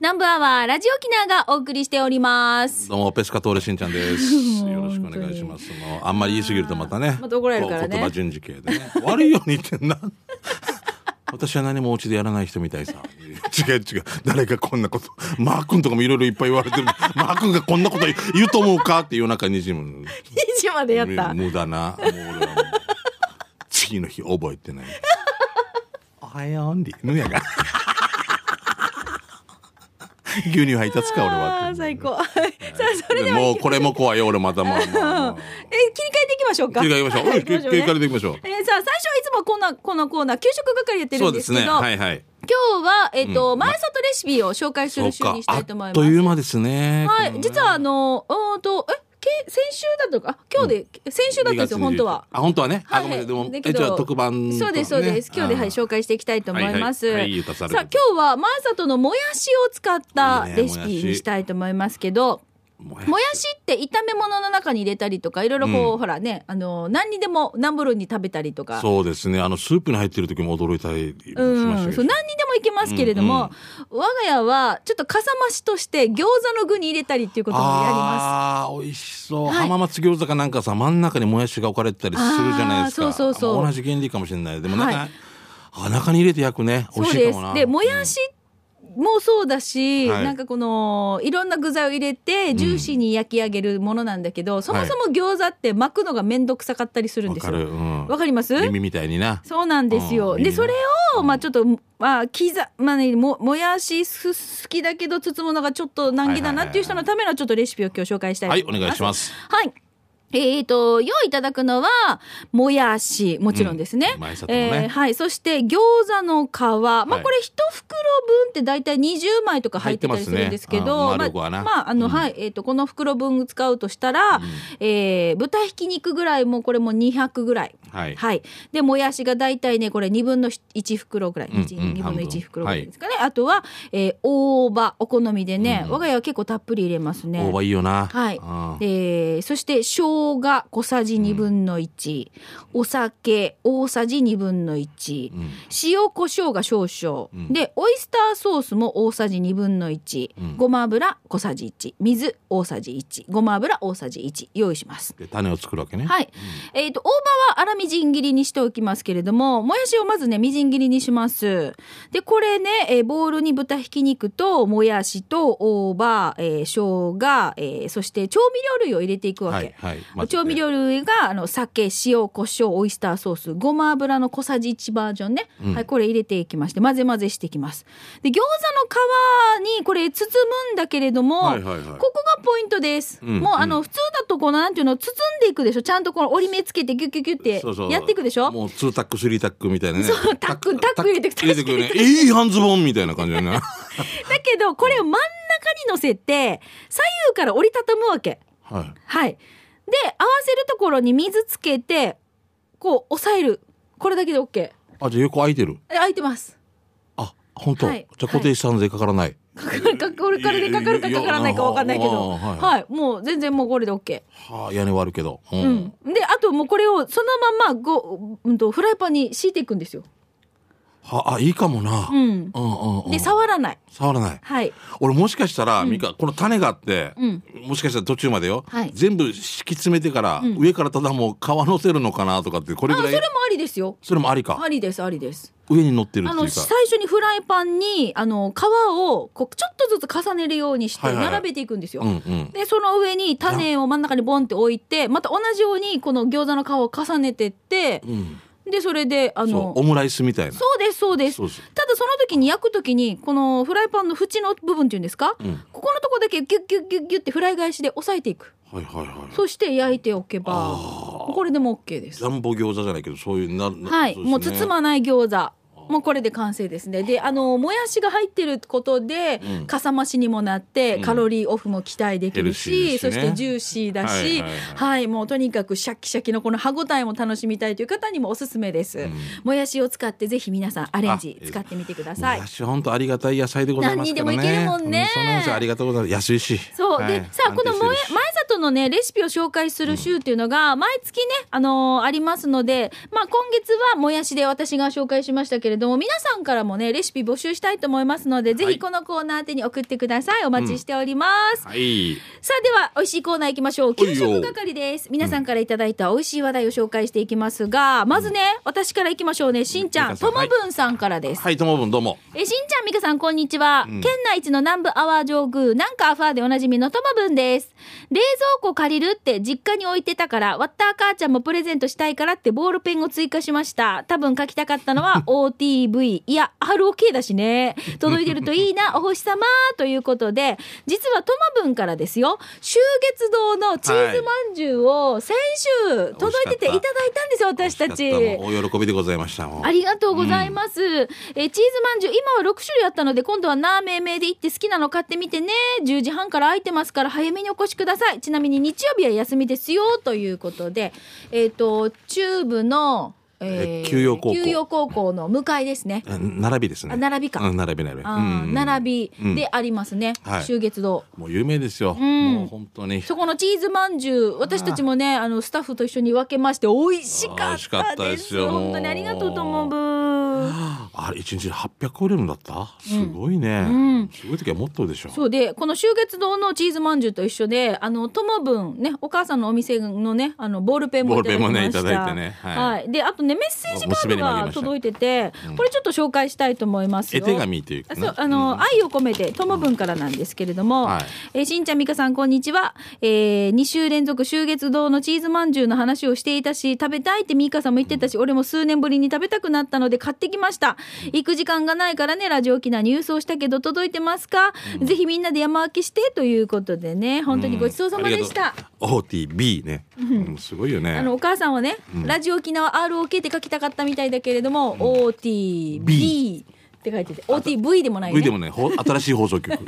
南部アワーラジオ沖縄がお送りしております。どうもペスカトーレしんちゃんです。 よろしくお願いします。もうあんまり言い過ぎるとまたね、また怒られるからねこう言葉順次系でね、悪いように言ってんな。私は何もお家でやらない人みたいさ。違う違う。誰がこんなこと、マー君とかもいろいろいっぱい言われてる。マー君がこんなこと言う言うと思うかって夜中2時も。 2時までやった。無駄な。もう俺はもう次の日覚えてない。おはように。犬やが。牛乳配達かあ俺はー。最高。 はいさあそれではもうこれも怖いよ俺またもう。 もうえ切り替えていきましょうか。切り替えましょ う。うん切りね替えていきましょう。えーさあ最初はいつもこんなこのコーナー給食係やってそるうんでですすけど、ね。はいはい。今日はえっ、と、うん前里レシピを紹介すそうる週かにし。たあいと思いっます。という間ですね。はい、実はあの、うーんと、え、け、先週だとか、あ今日で、先週だったんですよ、 2月本当は29。あ本当はね。あいごはいめんなさいでもだけえどじゃあ特番とかね。そうですそうです今日ではいあー紹介していきたいと思います、はいはいはいゆうたさあさん今日は前里のもやしを使ったいいねレシピにしたいと思いますけどももやしって炒め物の中に入れたりとかいろいろこう、ほらねあの何にでも何ブルに食べたりとかそうですね。あのスープに入ってる時も驚いたりもしましん、たけそどう。何にでもいけますけれども、我が家はちょっとかさ増しとして餃子の具に入れたりっていうこともやります。ああ美味しそう、はい浜松餃子かなんかさ真ん中にもやしが置かれてたりするじゃないですあーそうかそうそうも同じ原理かもしれないでもなんか、はいあ中に入れて焼くね美そ味うしいでかもすなでもやしもそうだし、はいなんかこのいろんな具材を入れてジューシーに焼き上げるものなんだけど、そもそも餃子って巻くのが面倒くさかったりするんわですかよ。る、わうん、かります耳みたいになそうなんですよ。うんいいでねそれをまあちょっとまあ刻まあねももやしす好きだけど包むのがちょっと難儀だなっていう人のためのちょっとレシピを今日紹介したいとはい思お願いしますはい。えー、と用意いただくのはもやしもちろんですね,、うん前里のねえーはい、そして餃子の皮、まあ、いこれ一袋分って大体20枚とか入ってたりするんですけど入ってますねあ丸子はなまああのうんはいえー、とこの袋分使うとしたら、えー豚ひき肉ぐらいもうこれも200ぐらい、はい、はい、でもやしが大体ねこれ2分の1袋ぐらい、うん一うん二分の1袋ぐらいですかね、あとは、えー大葉お好みでね、我が家は結構たっぷり入れますね。大葉いいよなはいうんえーそして生姜小さじ2分の1、お酒大さじ2分の1、うん塩コショウが少々、うんでオイスターソースも大さじ1分の1、うんごま油小さじ1水大さじ1ごま油大さじ1用意します。で種を作るわけね、はい、えっ、と大葉は粗みじん切りにしておきますけれどももやしをまずねみじん切りにしますでこれね、えーボウルに豚ひき肉ともやしと大葉、えー、生姜、えーそして調味料類を入れていくわけ、はいはい混ぜて調味料類があの酒塩コショウオイスターソースごま油の小さじ1バージョンね、はい、これ入れていきまして混ぜ混ぜしていきますで餃子の皮にこれ包むんだけれども、はいはいはいここがポイントです、うんもうあの普通だとこのなんていうの包んでいくでしょちゃんとこの折り目つけてギュッギュッギそうュそっうてやっていくでしょもう2タック3タックみたいなねそうタックタック入れてく入れてくるねいい半ズボンみたいな感じだねだけどこれを真ん中に乗せて左右から折りたたむわけはいはい。で、合わせるところに水つけて、こう、押さえる。これだけで OK。であじゃあ横空いてる開いてます。あ本当、はいじゃあ固定資産税かからない、かかるか、これからでかかるかいやかからないかわかんないけいやど。あはいはい。もう全然もうこれで OK。はあ、屋根はあるけど、うんうん。で、あともうこれをそのままご、うんと、フライパンに敷いていくんですよ。はあいいかもな、うん。うんうんうんで、触らない。触らないはい。俺もしかしたら、ミカこの種があって、うんもしかしたら途中までよ、はい全部敷き詰めてから、上からただもう皮乗せるのかなとかってこれあ、ぐそれらもいありですよ。それもありかありです、ありです。上に乗ってるってあいの、うか最初にフライパンに、あの、皮を、こう、ちょっとずつ重ねるようにして、はいはいはい並べていくんですよ。うんうんでその上に種を真ん中にボンって置いてまた同じようにこの餃子の皮を重ねてってうんでそれであそのうオムライスみたいなそうですそうですそうそうただその時に焼く時にこのフライパンの縁の部分っていうんですか、うんここのとこだけギュッギュッギュッギュッってフライ返しで押さえていくはいはいはいそして焼いておけばこれでも OK ですジャンボ餃子じゃないけどそういうななはいそもうですね包まない餃子もうこれで完成ですねであのもやしが入ってることで、うんかさ増しにもなって、カロリーオフも期待できるしヘルシーそですしねてジューシーだしはいはいはいはいもうとにかくシャキシャキのこの歯ごたえも楽しみたいという方にもおすすめです、もやしを使ってぜひ皆さんアレンジあ使ってみてくださいもやし本当ありがたい野菜でございま何にすからねでもいけるもんねうその野菜ありがとうございます安いしそう、はいでさあこのもや安定してるし前トのねレシピを紹介する週っていうのが毎月ね、あのーありますので、まあ、今月はもやしで私が紹介しましたけれども皆さんからもねレシピ募集したいと思いますので、ぜひこのコーナー宛てに送ってくださいお待ちしております、はい。さあでは美味しいコーナー行きましょうはい給よ食係です皆さんからいただいた美味しい話題を紹介していきますがまずね私から行きましょうねしんちゃん美香さとんはもいぶんさんからですはい、ともぶんどうも。えーしんちゃん、みかさん、こんにちは。県内一の南部アワー上宮、なんかアファーでおなじみのともぶんです。冷蔵庫借りるって実家に置いてたから、ワッター母ちゃんもプレゼントしたいからってボールペンを追加しました。多分書きたかったの は OTV、いや、ROK だしね。届いてるといい な、お星様ということで、実はともぶんからですよ、秋月堂のチーズまんじゅうを先週届いてていただいたんですよ、私たち。美味しかったもう大喜びでございました。もうありがとうございます。えーチーズまんじゅう、今は6種類あったので、今度はなーめいめいで行って好きなの買ってみてね。10時半から空いてますから、早めにお越しください。ちなみに日曜日は休みですよ、ということで。えっ、と、中部の、えー休養高校休養高校の向かいですね。うん並びですね。あ並びかうん並び並び。あうんーうん並うびんでありますね。はい秋月堂。もう有名ですよ。んもう本当に。そこのチーズまんじゅう、私たちもね、あの、スタッフと一緒に分けまして、美味しあー美か味しかっったたでですす。よ本当にありがとうと思うぶ。あれ一日八百個売れるんだった。すごいね。すごい時はもっとでしょ。そうでこの秋月堂のチーズまんじゅうと一緒であのともぶんねお母さんのお店のねあのボールペンもいただきましたボールペンもねいただいてねは、はいいであとねメッセージカードお娘にもあげがました届いてて、これちょっと紹介したいと思います絵よ手紙というかあね。そうあの、愛を込めてともぶんからなんですけれども、はいえーしんちゃんみかさんこんにちは、え2週連続秋月堂のチーズまんじゅうの話をしていたし食べたいってみかさんも言ってたし俺も数年ぶりに食べたくなったので買ってきました行く時間がないからねラジオ機内に郵送したけど届いてますか、ぜひみんなで山分けしてということでね本当にごちそうさまでした、 O. T. B. ね。うんすごいよあね の。お母さんはね、ラジオ沖縄 ROK って書きたかったみたいだけれども、OTB って書いてて OTV でもないね V. でも ね、ほ新しい放送局。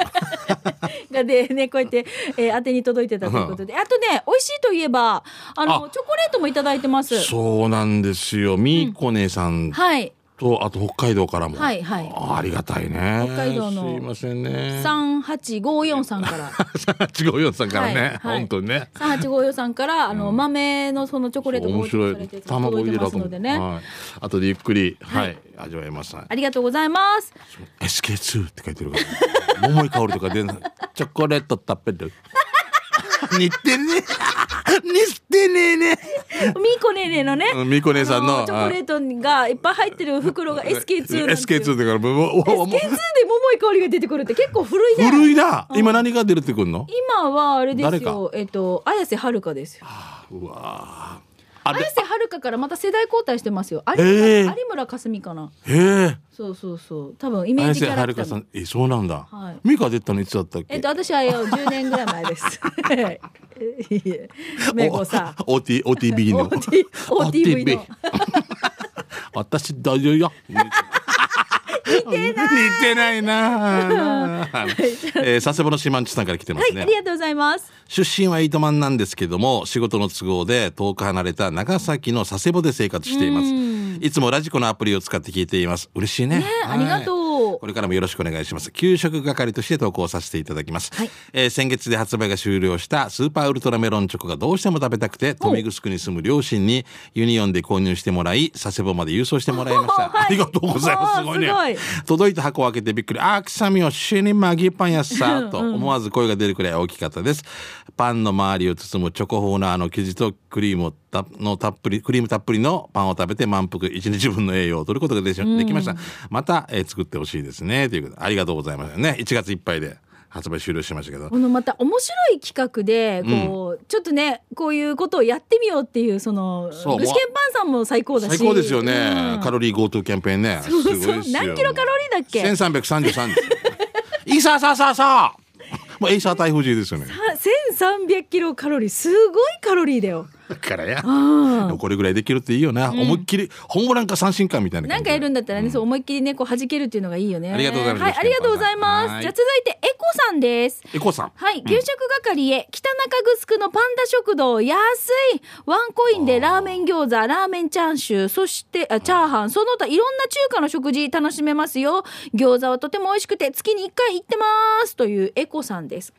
がでね、こうやって、えー、当てに届いてたということで。あとね、美味しいといえば、あの、あチョコレートもいただいてます。そうなんですよ。みーこ姉さんはい。と、あと北海道からも。はいはいあありがたいね。北海道のすいませんね。 38543さんから。 3854さんからはね、いはい本当にね。 3854さんから、あの、豆のそのチョコレート面白されいてるやつ卵届いて入れまだすと思のう。でね。はい。後でゆっくり、はい、味わえます。ありがとうございます。 SK2 って書いてるから。桃井香りとか出ない。チョコレートたっぷり で。似てねえ。似てねえね。みーこねーねーのね。うんみーこねーさんのあチョコレートがいっぱい入ってる袋が SK2 なんていう SK2 だから、もううわうわ SK2 もうで桃井香りが出てくるって結構古いね。古いな。今何が出るってくんの今はあれです誰かよ。えっと、綾瀬はるかですよ。うわーあれ綾瀬はるかからまた世代交代してますよ。有へ村ー有村架純かな。へそうそうそう。多分イえ。メー綾ジキ瀬ャはラるクタかーさの。ん、え、そうなんだはい。ミカ出たのいつだったっえっけと私はよ10年ぐらい前です。 いえめこさ。お OT、OTB の。 OT OTV の私大丈夫よ。似てない。似てないな。えー佐世保の島んちさんから来てまはすい、ね。ありがとうございます。出身は糸満なんですけども、仕事の都合で遠く離れた長崎の佐世保で生活しています。いつもラジコのアプリを使って聞いています。嬉しいね。ありがう。とうこ。れからもよろしくお願いします。給食係として投稿させていただきます。えー先月で発売が終了したスーパーウルトラメロンチョコがどうしても食べたくて、豊見城に住む両親にユニオンで購入してもらい、佐世保まで郵送してもらいまし はた。いありがとうございます。すごいね。あーす届いた箱を開けてびっくり。あー、臭みを死にまぎパンやっさ、と思わず声が出るくらい大きかったです。パンの周りを包むチョコフォーナーの生地とクリームをたのたっぷり、クリームたっぷりのパンを食べて満腹、一日分の栄養を取ることがでしできました。また、えー作ってほしいですね。ということで、ありがとうございますね。1月いっぱいで発売終了しましたけど。このまた面白い企画でこう、ちょっとねこういうことをやってみようっていうそのそう具志堅パンさんも最高だし最高ですよね。うんカロリー GoTo キャンペーンね。そうそうすごいですよ何キロカロリーだっけ ?1333 ですよ。イーサーサーサーサーもうエイサー台風時ですよね。あ1300キロカロリーすごいカロリーだよ。だからや。うんでもこれぐらいできるっていいよな。思いっきり、ホームランか三振かみたいなな感んかじで。やるんだったらね、そう思いっきりね、こう弾けるっていうのがいいよね。ありがとうございますはい、ありがとうございまはす。いじゃあ続いて、エコさんです。エコさん。はい、給食係へ、北中城のパンダ食堂、安いワンコインでラーメン餃子、ラーメンチャーシュー、そして、あチャーハン、その他いろんな中華の食事楽しめますよ。餃子はとても美味しくて、月に1回行ってます。というエコさんです。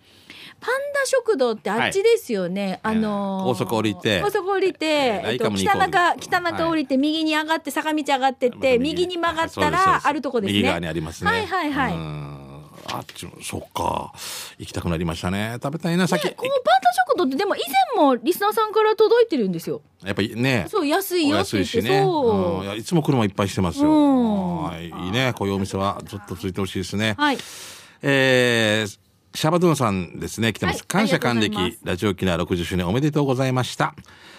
パンダ食堂ってあっちですよね。はあいのー高速降りて高速降りて、えラっイとカムに行北こう中北中降りて右に上がって坂道上がってって右に曲がったらあるとこですね。右側にありますね。はいはいはいうんあっちもそっか行きたくなりましたね。食べたいな先。ねこのパンダ食堂ってでも以前もリスナーさんから届いてるんですよ。やっぱりね。そう安いおよって安言いって、しね。そう、うんいやいつも車いっぱいしてますよ。うんはいいいね。こういうお店はずっと続いてほしいですね。はい。えーシャバドゥンさんですね、来てます。はい感謝あり還がとうございます暦、ラジオキラー60周年おめでとうございました。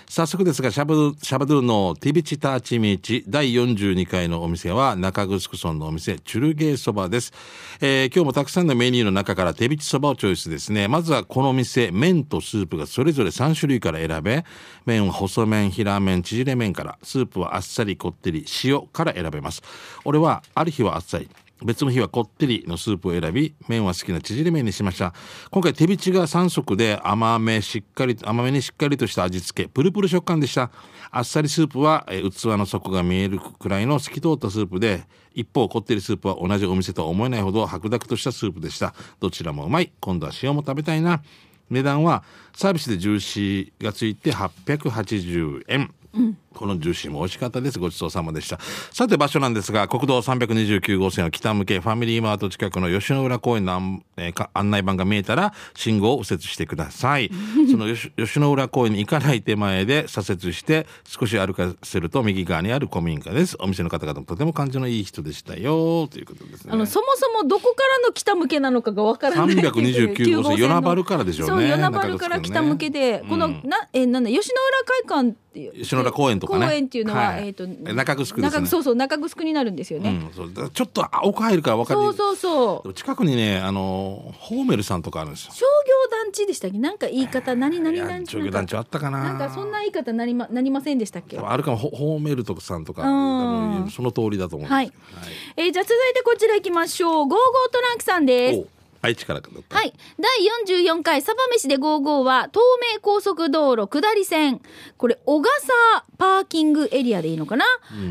早速ですが、シャバドゥン、シャバドゥンのティビチターチミーチ第42回のお店は中グスクソンのお店、チュルゲーそばです。えー今日もたくさんのメニューの中からティビチそばをチョイスですね。まずはこのお店、麺とスープがそれぞれ3種類から選べ、麺は細麺、平麺、縮れ麺から、スープはあっさりこってり、塩から選べます。俺は、ある日はあっさり。別の日はこってりのスープを選び麺は好きな縮れ麺にしました今回手びちが3足で甘めしっかり甘めにしっかりとした味付けプルプル食感でしたあっさりスープはえー器の底が見えるくらいの透き通ったスープで一方こってりスープは同じお店とは思えないほど白濁としたスープでしたどちらもうまい今度は塩も食べたいな値段はサービスでジューシーがついて880円、このジューシーも美味しかったですごちそうさまでしたさて場所なんですが国道329号線を北向けファミリーマート近くの吉野浦公園の案,、えーか案内板が見えたら信号を右折してくだ さいその吉吉野浦公園に行かない手前で左折して少し歩かせると右側にある古民家ですお店の方々もとても感じのいい人でしたよということですねあのそもそもどこからの北向けなのかがわからない329号線与那原からでしょそうねう与那原から北向けで、中城このうんなえなんだ吉野浦会館っていう吉野浦公園とかね公園っていうのは、はいえっ、と中城ですね中そうそう中城になるんですよね。うん、そうだちょっと奥入るから分かるそうそうそう。近くにねあのホーメルさんとかあるんですよ商業団地でしたっけなんか言い方何何い団や地商業団地あったかななんかそんな言い方なりまなりませんでしたっけ多分あるかもホホーメルとかさんとか多うん分その通りだと思うんですはい、えーじゃあ続いてこちら行きましょうゴーゴートランクさんはでいすお愛知からだったはい。第44回サバ飯で55は、東名高速道路下り線。これ、小笠パーキングエリアでいいのかな、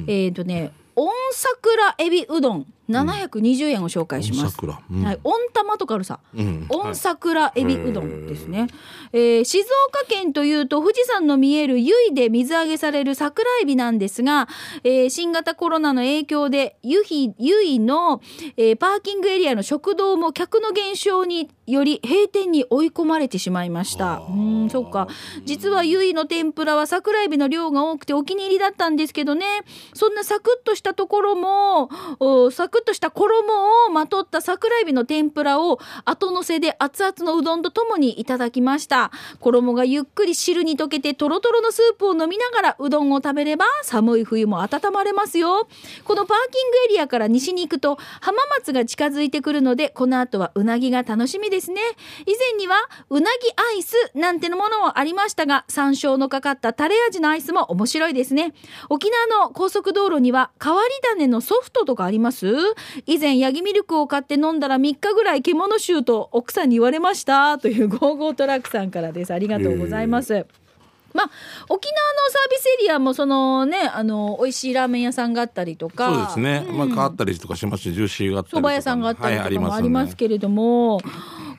えっ、とね、温桜エビうどん720円を紹介します。温桜うんはい。温玉とかあるさ。うん温桜エビうどんですね、えー静岡県というと富士山の見える由比で水揚げされる桜エビなんですが、えー新型コロナの影響で由比由比の、えーパーキングエリアの食堂も客の減少により閉店に追い込まれてしまいましたうーんそっか実は由比の天ぷらは桜エビの量が多くてお気に入りだったんですけどねそんなサクッとしたところもおサクッとした衣をまとった桜エビの天ぷらを後乗せで熱々のうどんとともにいただきました衣がゆっくり汁に溶けてとろとろのスープを飲みながらうどんを食べれば寒い冬も温まれますよこのパーキングエリアから西に行くと浜松が近づいてくるのでこの後はうなぎが楽しみですね以前にはうなぎアイスなんてのものもありましたが山椒のかかったタレ味のアイスも面白いですね沖縄の高速道路には変わり種のソフトとかあります以前ヤギミルクを買って飲んだら3日ぐらい獣臭と奥さんに言われましたというゴーゴートラックさんからですありがとうございます、まあ、沖縄のサービスエリアもそのねあの美味しいラーメン屋さんがあったりとかそうですね、まあ変わったりとかしますしジューシーがあった蕎りとか麦屋さんがあったりはいとかもありんでますけれども、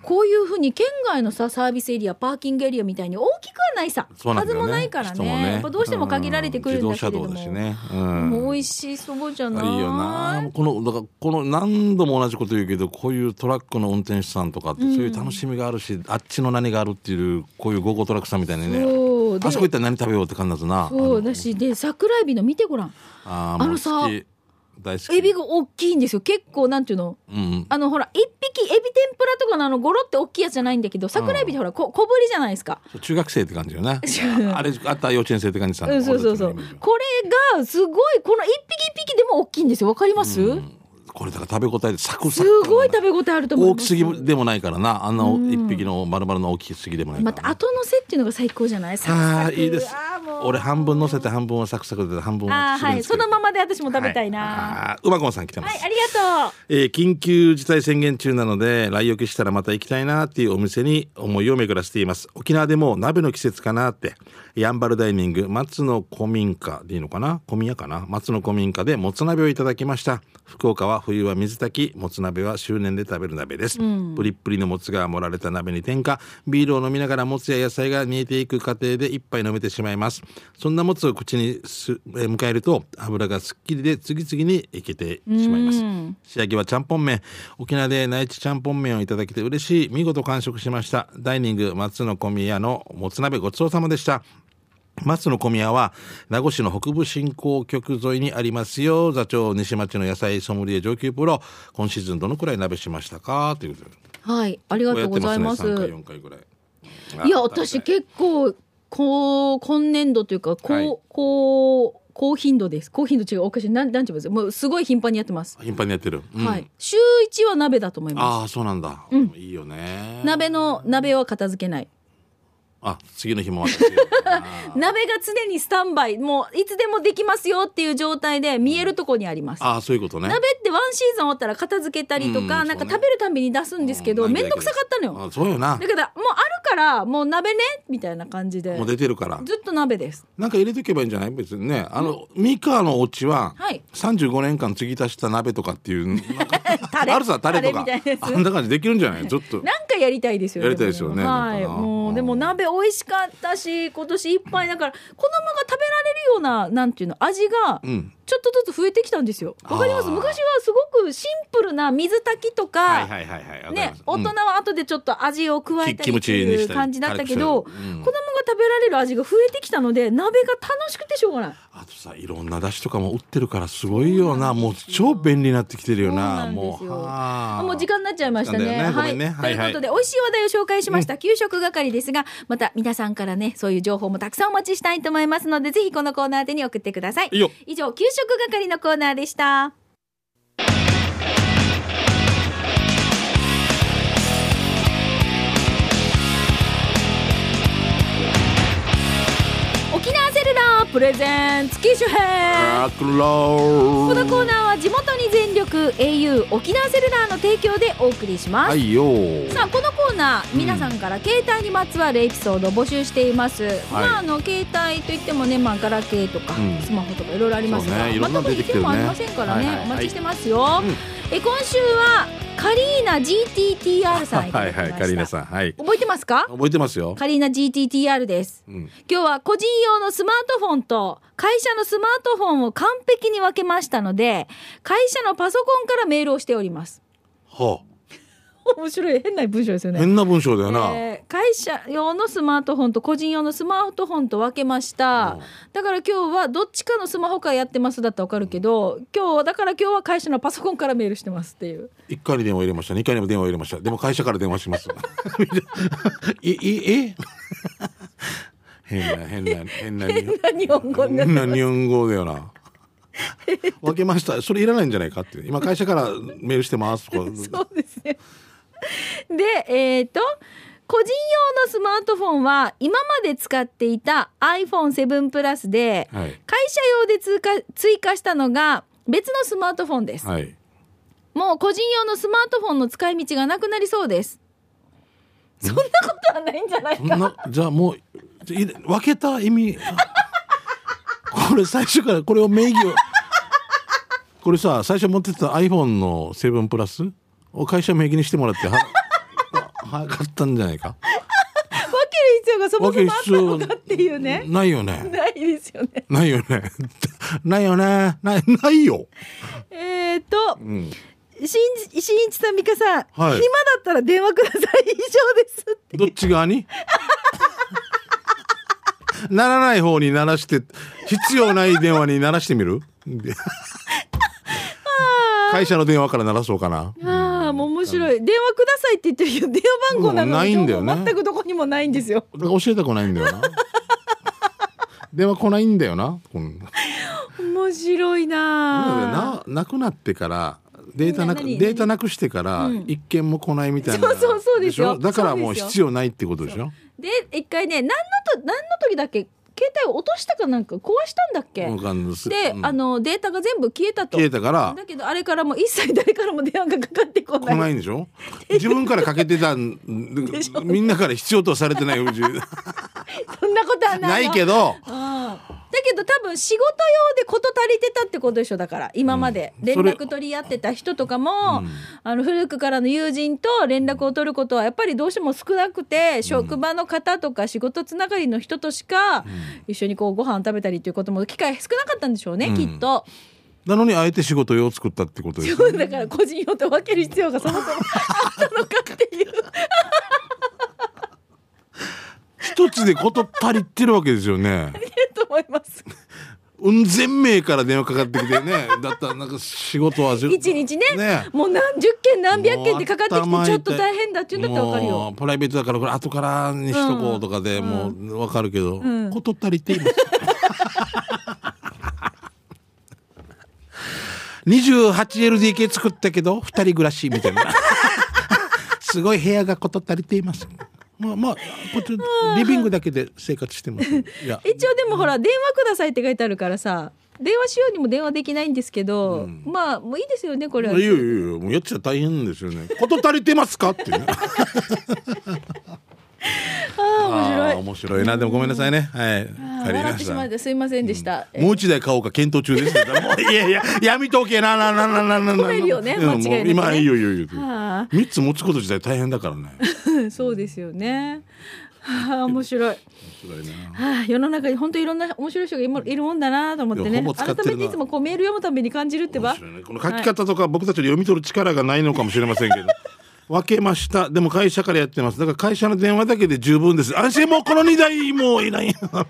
こういうふうに県外のさサービスエリアパーキングエリアみたいに大きくはないさ、そうなんだ数よねもないから人ねもねやっぱどうしても限られてくるんだけれども、うん自動車道だしねうんもう美味しそうじゃないいいよなこのだからこの何度も同じこと言うけどこういうトラックの運転手さんとかってそういう楽しみがあるし、あっちの何があるっていうこういうゴーゴートラックさんみたいにねそうであそこ行ったら何食べようって感じだとなそうだしで桜エビの見てごらんあーあものうさ好き大好きエビが大きいんですよ結構なんていうのうんうんあのほら一匹エビ天ぷらとかのあのゴロって大きいやつじゃないんだけど桜エビってほらこ小ぶりじゃないですか。そう中学生って感 じよねうああれあったら幼稚園生って感じさ、うん、そうそうそう。これがすごいこの一匹一匹でも大きいんですよ。わかります？これだから食べ応えでサクすサクごい食べ応えあると思い大まきす。すぎでもないからなあんな一匹の丸々の大きすぎでもないからまた後乗せっていうのが最高じゃない？サクサあクあーいいですあーもう俺半分乗せて半分はサクサクで半分あはあはいそのままで私も食べたいな、はうまこんさん来てい、ます、ありがとうえー緊急事態宣言中なので来浴したらまた行きたいなっていうお店に思いを巡らせています沖縄でもう鍋の季節かなってやんばるダイニング松の古民家でいいのかな古民家かな松の古民家でもつ鍋をいただきました福岡は冬は水炊きもつ鍋は周年で食べる鍋です、プリップリのもつが盛られた鍋に添加ビールを飲みながらもつや野菜が煮えていく過程で一杯飲めてしまいますそんなもつを口にす、えー迎えると油がすっきりで次々にいけてしまいます、仕上げはちゃんぽん麺沖縄で内地ちゃんぽん麺をいただけて嬉しい見事完食しましたダイニング松の小宮のもつ鍋ごちそうさまでした松の小宮は名護市の北部振興局沿いにありますよ座長西町の野菜ソムリエ上級プロ今シーズンどのくらい鍋しましたかということではいありがとうございますこうやってね3回4回ぐらいいや私結構こう今年度というかこう、はいこう高頻度です高頻度違うおかしいなんなんちゅうんですもうすごい頻繁にやってます、頻繁にやってる、うんはい週一は鍋だと思いまああそうなんだ、いいよねす鍋の鍋は片付けないあ次の日も 鍋が常にスタンバイもういつでもできますよっていう状態で見えるとこにありますああそういうことね鍋ってワンシーズン終わったら片付けたりとか、うんなんかそうね食べるたびに出すんですけど、うんめんどくさかったのよあそうよなだけどもうあるからもう鍋ねみたいな感じでもう出てるからずっと鍋ですなんか入れておけばいいんじゃない別にねあの、ミカのお家ははい35年間継ぎ足した鍋とかっていうなんか タレあるさタレタレとみかたいなやつあんな感じできるんじゃないちょっとなんかやりたいですよね。やりたいですよねもはい。なんかなもうう、んでも鍋美味しかったし、今年いっぱいだから、子供が食べられるような、なんていうの、味が、うんちょっとずつ増えてきたんですよ。わかりますあー昔はすごくシンプルな水炊きとか、はいはいはいはいわかりねます、大うん人は後でちょっと味を加えたキりムってチにいしうたり感じだったけど、辛く子したりう供んが食べられる味が増えてきたので、鍋が楽しくてしょうがない。あとさいろんな出汁とかも売ってるからすごいよなもう超便利になってきてるよなそうなんですよもうはああもう時間になっちゃいましたね。時間だよねはごめい、んねとはいいうはいことで、美味しい話題を紹介しました。給食係ですが、また皆さんからね、そういう情報もたくさんお待ちしたいと思いますので、ぜひこのコーナー宛てに送ってください。いいよ以上、給食係のコーナーでした。沖縄セルラープレゼンツ機種編ラクロこのコーーナーは地元に全力 au 沖縄セルラーの提供でお送りします、はいよさあこのコーナー皆さんから携帯にまつわるエピソードを募集しています、まああの携帯といってもねまあガラケーとか、うんスマホとかいろいろありますが、そうねいろんまなのあ出てきてるね特に一点もありませんからね、はいはいはいお待ちしてますよ、んえ今週はカリーナ GTTR さんいただはいきまはしたいカリーナさんはい覚えてますか覚えてますよカリーナ GTTR ですうん今日は個人用のスマートフォンと会社のスマートフォンを完璧に分けましたので会社のパソコンからメールをしておりますは面白い変な文章ですよあ変な文章だよな、えー会社用のスマートフォンと個人用のスマートフォンと分けました、うんだから今日はどっちかのスマホからやってますだったら分かるけど今日だから今日は会社のパソコンからメールしてますっていう 一回に電話入れました二回にも電話入れましたでも会社から電話しますいいえ変な変な変な日変な日本語になって変な日本語だよな分けましたそれいらないんじゃないかって今会社からメールしてますとか そうですね。で、えっ、と、個人用のスマートフォンは今まで使っていた iPhone7 プラスで、はい会社用で追加追加したのが別のスマートフォンです。はいもう個人用のスマートフォンの使い道がなくなりそうです。そんなことはないんじゃ ないそんなじゃあもうじゃい分けた意味 あこれ最初からこれを名義をこれさ最初持ってた iPhone の7プラスを会社名義にしてもらっては 早かったんじゃないか分ける必要がそも分そけるもあったの必要かっていうね。ないよねないですよね。ないよね ないよねないないよ、えっ、と、うん、しんじしんいちさん、みかさん、はい暇だったら電話ください。以上ですって。どっち側にならない方に鳴らして必要ない電話に鳴らしてみる 会社の電話から鳴らそうかなああ、もう面白い。電話くださいって言ってるけど、電話番号なもうのなにいんだよね情報全くどこにもないんですよ。だから教えたくないんだよな電話来ないんだよな、うん、面白いなあ。ななくなってからデータなく何何データなくしてから一件も来ないみたいな、そうそうそうですよしょだからもうそうですよ必要ないってことでしょで、一回ね、何のと、何の時だっけ携携帯を落としたかなんか壊したんだっけ、わかんないすで、うんあのデータが全部消えたと消えたからだけどあれからも一切誰からも電話がかかってこない来ないんでしょ自分からかけてたんみんなから必要とはされてないそんなことはなないいけどどだけど多分仕事用で事足りてたってことでしょだから今まで、うん連それ絡取り合ってた人とかも、あの古くからの友人と連絡を取ることはやっぱりどうしても少なくて、職場の方とか仕事つながりの人としか一緒にこうご飯を食べたりということも機会少なかったんでしょうね、うんきっと。なのにあえて仕事用を作ったってことですそうだから個人用と分ける必要がそもそもあったのかっていう一つで事足りてるわけですよね と思います。うん全名から電話かかってきてねだったらなんか仕事は一日ねもう何十件何百件ってかかってきもうて頭ち痛ょっいと大変だっていうんだったら分かるもよう。プライベートだからこれ後からにしとこうとかで、うんもう分かるけど、 ん事足りています。28LDK 作ったけど二人暮らしみたいな すごい部屋が事足りていますまあまあこっちリビングだけで生活してます いや一応でもほら「電話ください」って書いてあるからさ電話しようにも電話できないんですけど、まあもういいですよねこれは。いやいやいやもうやっちゃ大変ですよね事足りてますかってねああ面白いあー。面白いなでもごめんなさいねはいあー足り笑ってしまってすいませんでした。えもう一台買おうか検討中ですね。もう いやいや、やみとけな、な、な、な、な、な、な。褒めるよね間違いなくねうんもう今、いいよ、いいよ、いいよ。は三つ持つこと自体大変だからね。あ、そうですよね。はあ、面白い。辛いなはあ、世の中に本当いろんな面白い人がいもいるもんだなと思っていやねほぼ使改ってるなめていつもこうメール読むために感じるってば面白いねこの書き方とか、僕たちの読み取る力がないのかもしれませんけど。分けました。でも会社からやってます。だから会社の電話だけで十分です。安心もうこの二台もういない。も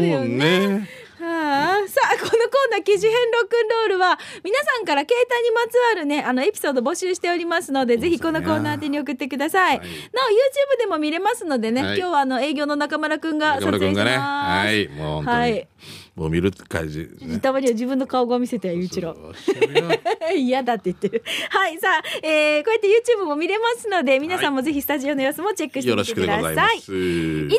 るよねうね。はあ、さあこのコーナー「記事編ロックンロールは」皆さんから携帯にまつわるねあのエピソード募集しておりますのでぜひこのコーナー宛てに送ってください、はないお YouTube でも見れますのでね、はい今日はあの営業の中村くんが撮影してます、はい、もう本は当にい。もう見る感じですね。たまには自分の顔が見せてゆういちろうそうおっしゃ る よ嫌だって言ってる。はい、さあ、えー、こうやって YouTube も見れますので、皆さんもぜひスタジオの様子もチェックしてよろみしてくでくだごさい。ざいます。以上、沖縄セルラープレゼ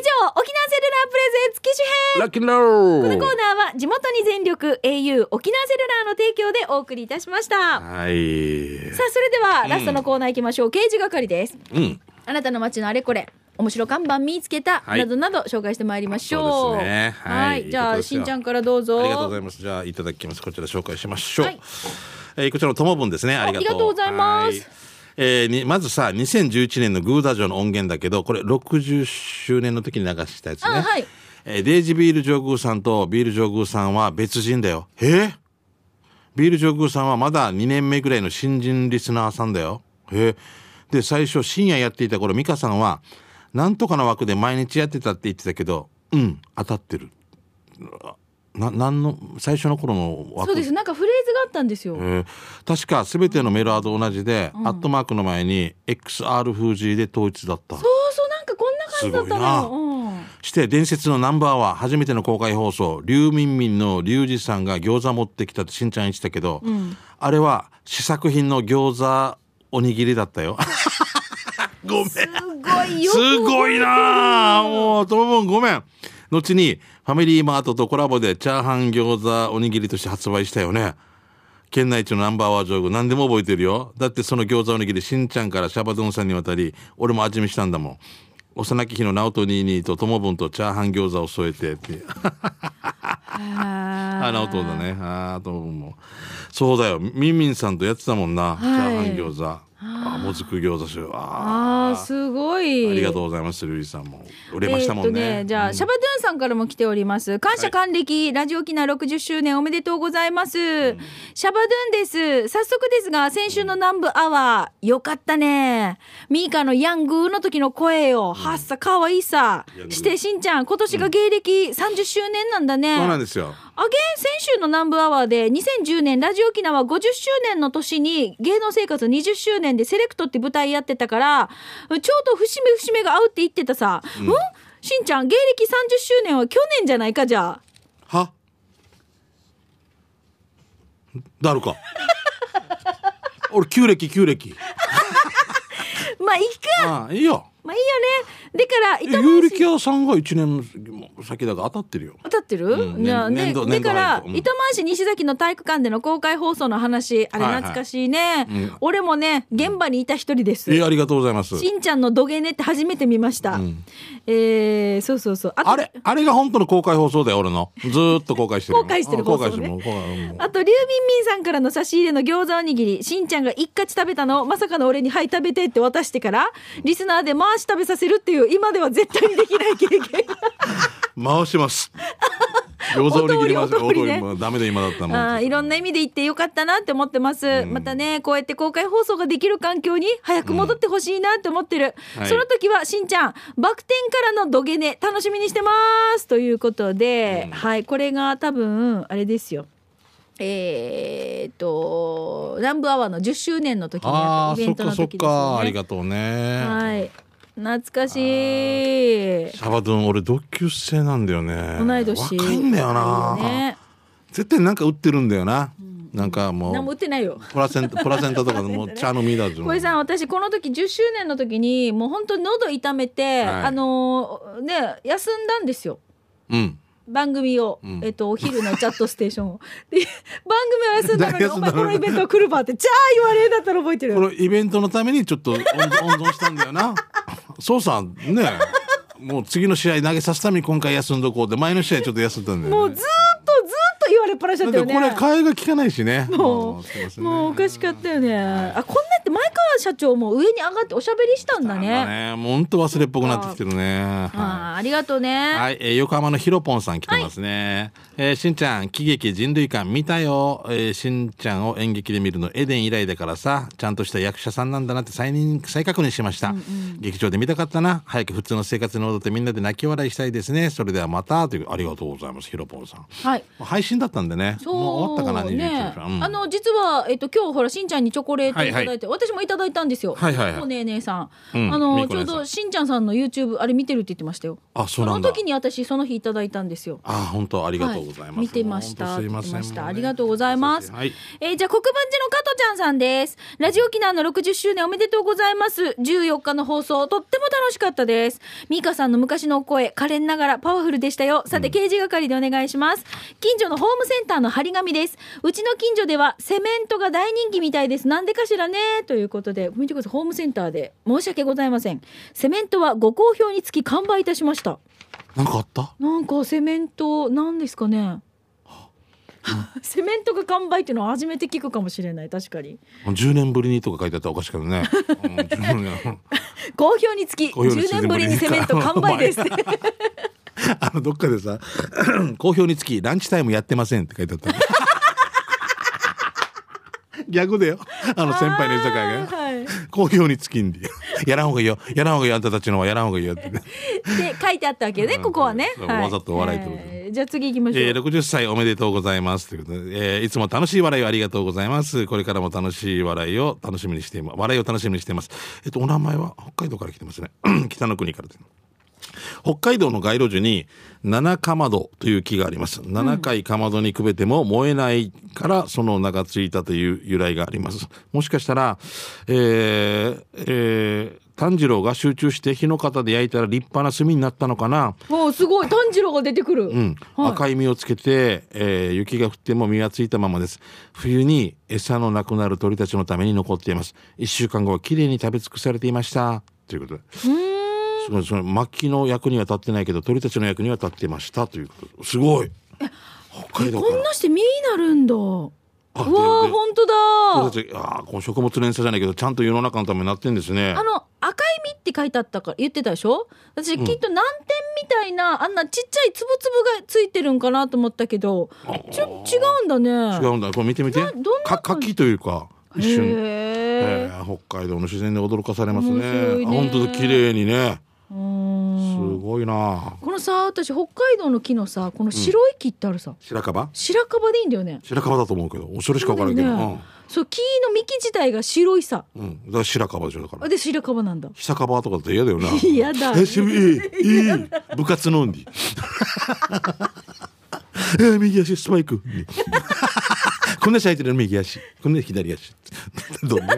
ンツ機種編ラッキーロこのーコーナーは地元に全力 au 沖縄セルラーの提供でお送りいたしました。はい。さあ、それではラストのコーナー行きましょう。刑事係です。うん。あなたの街のあれこれ。面白看板見つけた、はいなどなど紹介してまいりましょそう。うですねはいはい。じゃいいことあ、ですしよんちゃんからどうぞ。ありがとうございます。じゃあいただきます。こちら紹介しましょう。はいえーこちらのともぶんですね。ありがとう。ありがとうございますはい。えーにまずさ2011年のグーダ城の音源だけどこれ60周年の時に流したやつね、あはいえーデイジビール上宮さんとビール上宮さんは別人だよえービール上宮さんはまだ2年目ぐらいの新人リスナーさんだよ。へえ。で、最初深夜やっていた頃、美香さんは、なんとかの枠で毎日やってたって言ってたけど、うん、当たってる。な、なんの、最初の頃の枠。そうです。なんかフレーズがあったんですよ。へえ確か全てのメールアド同じで、アットマークの前に XR 風 G で統一だった。そうそう、なんかこんな感じだったすごのよ。うんして伝説のナンバーは初めての公開放送リュウミンミンのリュウジさんが餃子持ってきたってしんちゃん言ってたけど、あれは試作品の餃子おにぎりだったよごめんすごいよくすごいなあもうともごめん後にファミリーマートとコラボでチャーハン餃子おにぎりとして発売したよね県内一のナンバーワージョーグ何でも覚えてるよだってその餃子おにぎりしんちゃんからシャバドゥンさんに渡り俺も味見したんだもん幼き日の直人ニーニーとともぶんとチャーハン餃子を添えてってああ直人だねああともぶんもそうだよみんみんさんとやってたもんな、チャーハン餃子あもずく餃子しようあーすごいありがとうございます、ルイさんも。売えれましたもんね。ーっとじゃあ、シャバドゥンさんからも来ております。感謝還暦、ラジオ沖縄60周年おめでとうございます。シャバドゥンです。早速ですが、先週の南部アワー、よかったね。ミーカのヤングーの時の声よ。はっさ、かわいいさヤン。グーして、しんちゃん、今年が芸歴30周年なんだね。そうなんですよ。アゲン先週の南部アワーで2010年ラジオ沖縄50周年の年に芸能生活20周年でセレクトって舞台やってたからちょうど節目節目が合うって言ってたさ、うん、しんちゃん芸歴30周年は去年じゃないかじゃあはだるか。 俺、旧暦、旧暦。まあいいかああ、いいよ。まあいいよねでからえ糸有満市力屋さんが一年先だが当たってるよ。当たってる、うんいや年で年で度か年度早ら、くうん糸満市西崎の体育館での公開放送の話あれはいはい懐かしいね、うん俺もね現場にいた一人です、えありがとうございます。しんちゃんの土下寝って初めて見ました、えーそうそうそうあとあれあれが本当の公開放送だよ俺の。ずーっと公開してるよ。公開してるうん公放送ね開してるもう公開もうあと、リュウミンミンさんからの差し入れの餃子おにぎり、しんちゃんが一括食べたのを、まさかの俺に、はい、食べてって渡してから、リスナーで回し食べさせるっていう、今では絶対にできない経験。回します。餃子を握ります よ。お通りお通りねお通りもうダメで今だったもん。あーいろんな意味で言ってよかったなって思ってます、またねこうやって公開放送ができる環境に早く戻ってほしいなって思ってる、はいその時はしんちゃんバク転からの土下寝楽しみにしてますということで、はいこれが多分あれですよえー、っと南部アワーの10周年の時にやあっあたイベンーそっトかのそっ時ですよかありねがとうね。はい懐かしいシャバドゥン俺同級生なんだよね。同い年若いんだよな。ね絶対なんか売ってるんだよな。なんかも何も売うってないよプラセ ンタプラセンタとかもう茶飲みだぞ。小井さん私この時10周年の時にもう本当に喉痛めて、はいあのーね休んだんですようん。番組を、うんえっとお昼のチャットステーションをで番組を休んだのに誰がお 休ん前だのこのイベント来るばってじゃあ言われだったら覚えてるこよのイベントのためにちょっと温存温存したんだよな。 そうさんね。もう次の試合投げさすために今回休んどこうで前の試合ちょっと休んだんだよ、ね。もうずーっとずーっと言われっぱなしだだっったよてこれね替えが効かないしね。もすいませうんねもうおかしかったよねあこんなって前川社長も上に上がっておしゃべりしたんだねなんかね。もう本当忘れっぽくなってきてるね。はいあーありがとうね、はい、えー横浜のひろぽんさん来てますね。えーしんちゃん、喜劇人類館見たよ。えーしんちゃんを演劇で見るのエデン以来だからさ、ちゃんとした役者さんなんだなって再認再確認しました、劇場で見たかったな。早く普通の生活に戻ってみんなで泣き笑いしたいですね。それではまた、という、ありがとうございます、ひろぽんさん。もはいう配信だったんでね。そうもう終わったかな、ね29分。うんあの実はえっと今日ほらしんちゃんにチョコレートいただいて、はい私もいただいたんですよ。はいはいはいおねえ姉さん、うんあみのーこちょ姉さうんどしんちゃんさんの YouTube あれ見てるって言ってましたよ。あそうなんそだの時に私その日いただいたんですよ。あー、本当ありがとうございます。はい見てました本当すいません。見てましたもうあねりがとうございますはい。えーじゃあ国分寺の加トちゃんさんです。ラジオ沖縄の60周年おめでとうございます。14日の放送、とっても楽しかったです。ミカさんの昔のお声、可憐ながらパワフルでしたよ。さて、刑事係でお願いします。近所のホームセンターの張り紙です。うちの近所ではセメントが大人気みたいです。なんでかしらね。ということで、見てください。ホームセンターで。申し訳ございません。セメントはご好評につき完売いたしました。なんかあったなんかセメントなんですかね。セメントが完売っていうのは初めて聞くかもしれない確かに10年ぶりにとか書いてあったらおかしいけど ね。うん10年好評につき好評10につき年ぶりにセメント完売 ですあのどっかでさ 好評につきランチタイムやってませんって書い てあった逆だよあの先輩の居酒屋がはいで好評につきんでやらんほうがいいよやらんほうがいいよあんたたちのはやらんほうがいいよってね、書いてあったわけよねここはねそうわざと笑いってことえーじゃあ次行きましょう、えー、60歳おめでとうございますということで、えーいつも楽しい笑いをありがとうございますこれからも楽しい笑いを楽しみにしていま笑いを楽しみにしていますえっとお名前は北海道から来てますね 北の国からです北海道の街路樹に七かまどという木があります七回かまどにくべても燃えないからその名がついたという由来がありますもしかしたらえーえー炭治郎が集中して火の型で焼いたら立派な炭になったのかなおーすごい炭治郎が出てくる、うんはい赤い実をつけて、えー雪が降っても実がついたままです冬に餌のなくなる鳥たちのために残っています1週間後はきれいに食べ尽くされていましたということでーんすごいその薪の役には立ってないけど鳥たちの役には立ってましたということすごい北海道かこんらなして実になるんだうわあーでで本当だ鳥たちあーこの食物連鎖じゃないけどちゃんと世の中のためになってんですねあの赤い実って書いてあったから言ってたでしょ私きっと難点みたいな、あんなちっちゃいつぶつぶがついてるんかなと思ったけどちょ違うんだね違うんだこれ見てみてなどんなか感じ柿というか一瞬、えへえー北海道の自然で驚かされます面白ねいあね本当だ綺麗にねすこごいなのさ私北海道の木のさこの白い木ってあるさ、白樺白樺でいいんだよね白樺だと思うけどそれしか分からんけど、そうだよねそう木の幹自体が白いさうん、うん、だから白樺でしょだからで白樺なんだ久樺とかだと嫌だよな嫌だえしいいいい部活のオンリー え右足スパイク こんな足入ってるの右足こんな左足 どうも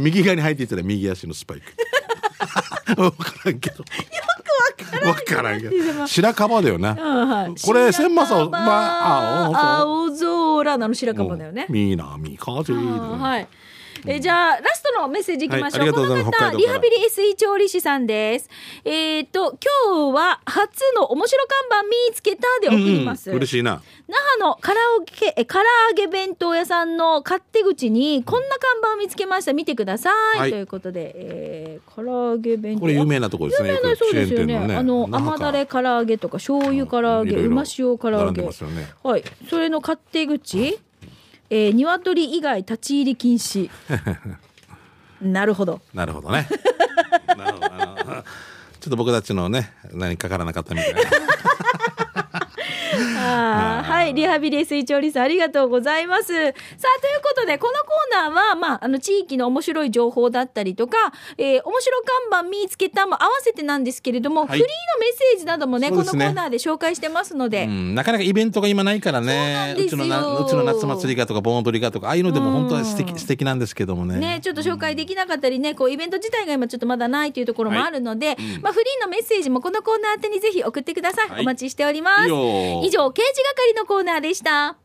右側に入っていったら右足のスパイク 分からんけど分からんけど白樺だよなはいこれ千正を白樺まあ青空なの白樺だよね。南風あーはい。えーじゃあラストのメッセージいきましょう。はいありがとうございこの方ます北海道リからハビリ SE 調理師さんです。えっ、と今日は初の面白看板見つけたでうん送りうんます。嬉しいな那覇のカラオケえ唐揚げ弁当屋さんの勝手口にこんな看板を見つけました見てください、はいということで、えー、唐揚げ弁当これ有名ななとこです有ね名なそうですよねあの那甘覇かだれ唐揚げとか醤油唐揚げ、うんいろいろうま塩唐揚並んげ、でますよねはいそれの勝手口、えー、鶏以外立ち入り禁 止なるほどなるほど ねなるほどなちょっと僕たちのね何かからなかったみたい なあーはい、リハビリ水調理さんありがとうございます。さあ、ということで、このコーナーは、まあ、あの、地域の面白い情報だったりとか、えー、面白看板見つけたも合わせてなんですけれども、はいフリーのメッセージなどもね、そうこでのすコねーナーで紹介してますので、うん、なかなかイベントが今ないからねそうなんでうすちよのなうちの夏祭りがとか盆踊りがとかああいうのでも本当は素敵,、素敵なんですけどもねね、ちょっと紹介できなかったりね、こうイベント自体が今ちょっとまだないというところもあるので、まあフリーのメッセージもこのコーナー宛てにぜひ送ってください。はいお待ちしておりまいす。いよ以上、刑事係のコーナーでした。